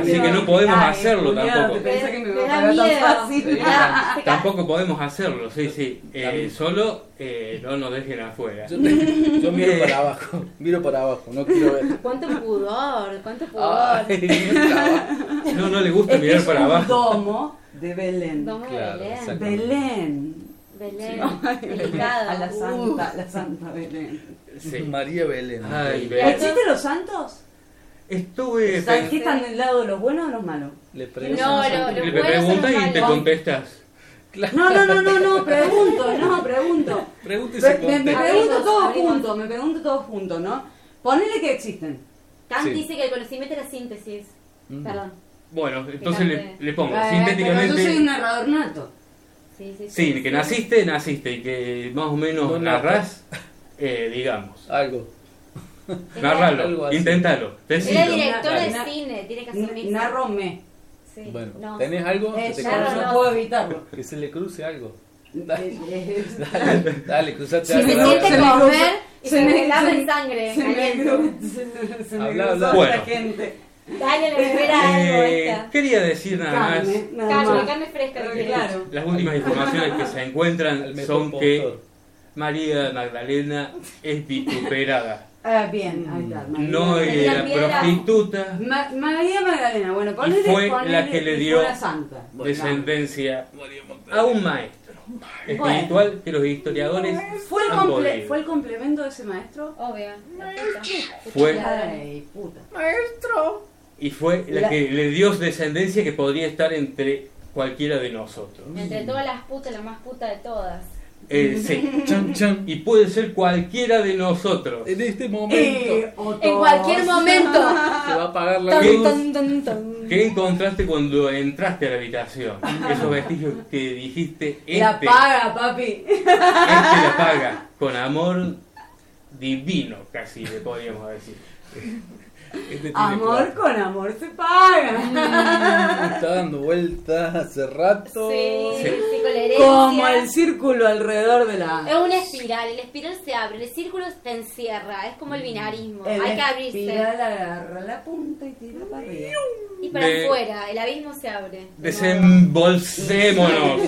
S2: así que no podemos
S4: Ay,
S2: hacerlo
S4: culiao,
S2: tampoco.
S4: te pensé que me iba
S5: Me
S4: a
S5: da
S4: pagar tan
S5: miedo.
S4: fácil.
S5: Me da-
S2: Tampoco podemos hacerlo, sí, sí. Eh, solo eh, no nos dejen afuera.
S3: Yo, te- yo miro
S2: Eh,
S3: para abajo, miro para abajo, no quiero ver.
S5: [LAUGHS] Cuánto pudor, cuánto pudor.
S2: [LAUGHS]
S3: Ay,
S2: No, no le gusta mirar para
S4: Un
S2: abajo.
S4: domo de Belén.
S5: Domo de
S3: Claro,
S5: Belén.
S3: exactamente.
S4: Belén.
S5: Belén.
S4: Ay,
S5: [LAUGHS]
S4: Belén.
S5: Delicado.
S4: A la
S5: Uh.
S4: santa, a la santa Belén.
S2: Sí.
S3: María Belén.
S2: Ay, Belén.
S4: ¿Existen los santos?
S2: Estuve.
S4: ¿Sabes
S2: pen-
S4: qué están del lado de los buenos o los malos?
S3: Le
S5: No,
S3: pregunto.
S5: lo-
S2: Le
S5: los buenos
S2: preguntas
S5: son
S2: y
S5: los
S2: te
S5: malos.
S2: contestas.
S4: No, no, no, no, no, pregunto, no, pregunto.
S3: Pregunta y
S4: Me,
S3: se
S4: me- me
S3: contesta.
S4: pregunto todo
S5: Abrimos.
S4: junto, me pregunto todo junto, ¿no? Ponele que existen.
S5: Kant
S3: Sí. Mm.
S5: dice que el conocimiento es la síntesis. Perdón.
S2: Bueno, entonces le,
S5: Fíjate.
S2: le pongo
S4: Eh,
S2: sintéticamente.
S4: Pero yo soy un narrador nato.
S5: Sí, sí, sí.
S2: Sí, que naciste, naciste y que más o menos
S3: No, no.
S2: narras, eh, digamos.
S3: Algo.
S5: Era-
S3: Algo
S2: Narralo,
S3: así.
S2: inténtalo,
S5: Era
S2: decilo.
S5: director
S4: Na-
S5: de cine, tiene que hacer mix.
S4: Narrome.
S5: Sí.
S3: Bueno,
S5: no.
S3: ¿tenés algo que te
S4: Eso,
S5: Narro,
S3: cruza?
S4: Eh, no
S5: no.
S4: puedo evitarlo.
S3: Que se le cruce algo.
S4: Eh, eh,
S3: [LAUGHS] Dale, dale, cruzate
S5: Si
S4: Sí,
S3: algo.
S5: se
S4: me
S3: dale.
S4: siente se
S5: siente
S4: me
S5: comer
S4: cruza-
S5: y
S4: se
S5: se
S4: me-
S5: me lava
S4: se me-
S5: en sangre.
S4: Se me
S5: caliente.
S4: cru- se- se me
S3: Habla,
S4: cruzó
S3: habla.
S4: la
S2: Bueno.
S4: gente.
S5: Dale, le espera algo
S2: Eh,
S5: esta.
S2: quería decir nada más.
S4: Carne, nada
S5: Carne,
S4: más.
S5: carne fresca.
S4: Pero
S5: lo que
S4: claro.
S5: quieras.
S2: Las últimas informaciones que se
S3: Al [LAUGHS]
S2: encuentran
S3: mejor
S2: son que
S3: postor.
S2: María Magdalena es vituperada.
S4: Ah, bien, ahí está. María.
S2: Mm, No era
S5: La piedra.
S2: prostituta,
S4: Ma- María Magdalena, bueno,
S2: Y
S4: ponele,
S2: fue
S4: ponele
S2: la que le
S4: fue
S2: dio
S4: la santa.
S2: descendencia a un maestro espiritual que los historiadores
S4: ¿Fue el,
S2: han
S4: comple-
S2: podido.
S4: ¿Fue el complemento de ese maestro?
S5: Obvio. la puta.
S2: Fue-
S5: Dale.
S4: Ay, puta.
S2: Y fue la
S4: La-
S2: que le dio descendencia que podría estar entre cualquiera de nosotros.
S5: Entre todas las putas, la más puta de todas.
S2: Eh,
S4: [LAUGHS]
S2: sí.
S3: Chan, chan.
S2: Y puede ser cualquiera de nosotros.
S3: En este momento
S4: Eh, o
S5: En cualquier
S4: todos.
S5: momento.
S3: se va a apagar la
S5: Ton,
S3: luz.
S5: ton, ton, ton.
S2: ¿Qué encontraste cuando entraste a la
S5: [LAUGHS]
S2: habitación? Esos vestigios que dijiste, este,
S4: La paga, papi.
S2: este la paga. Con amor divino, casi le podríamos decir.
S3: Este tiene
S4: Amor
S3: plata.
S4: con amor se paga.
S3: Mm,
S4: [LAUGHS]
S3: Está dando vueltas hace
S2: [LAUGHS]
S3: rato.
S5: [LAUGHS] Sí, sí, con la herencia.
S4: Como el círculo alrededor de la.
S5: Es una espiral, el espiral se abre, el círculo te encierra, es como
S3: Mm.
S5: el binarismo,
S4: El
S5: hay que abrirse.
S4: espiral agarra la punta y tira para arriba.
S5: Y para
S2: De-
S5: afuera, el abismo se abre.
S2: Desembolsémonos.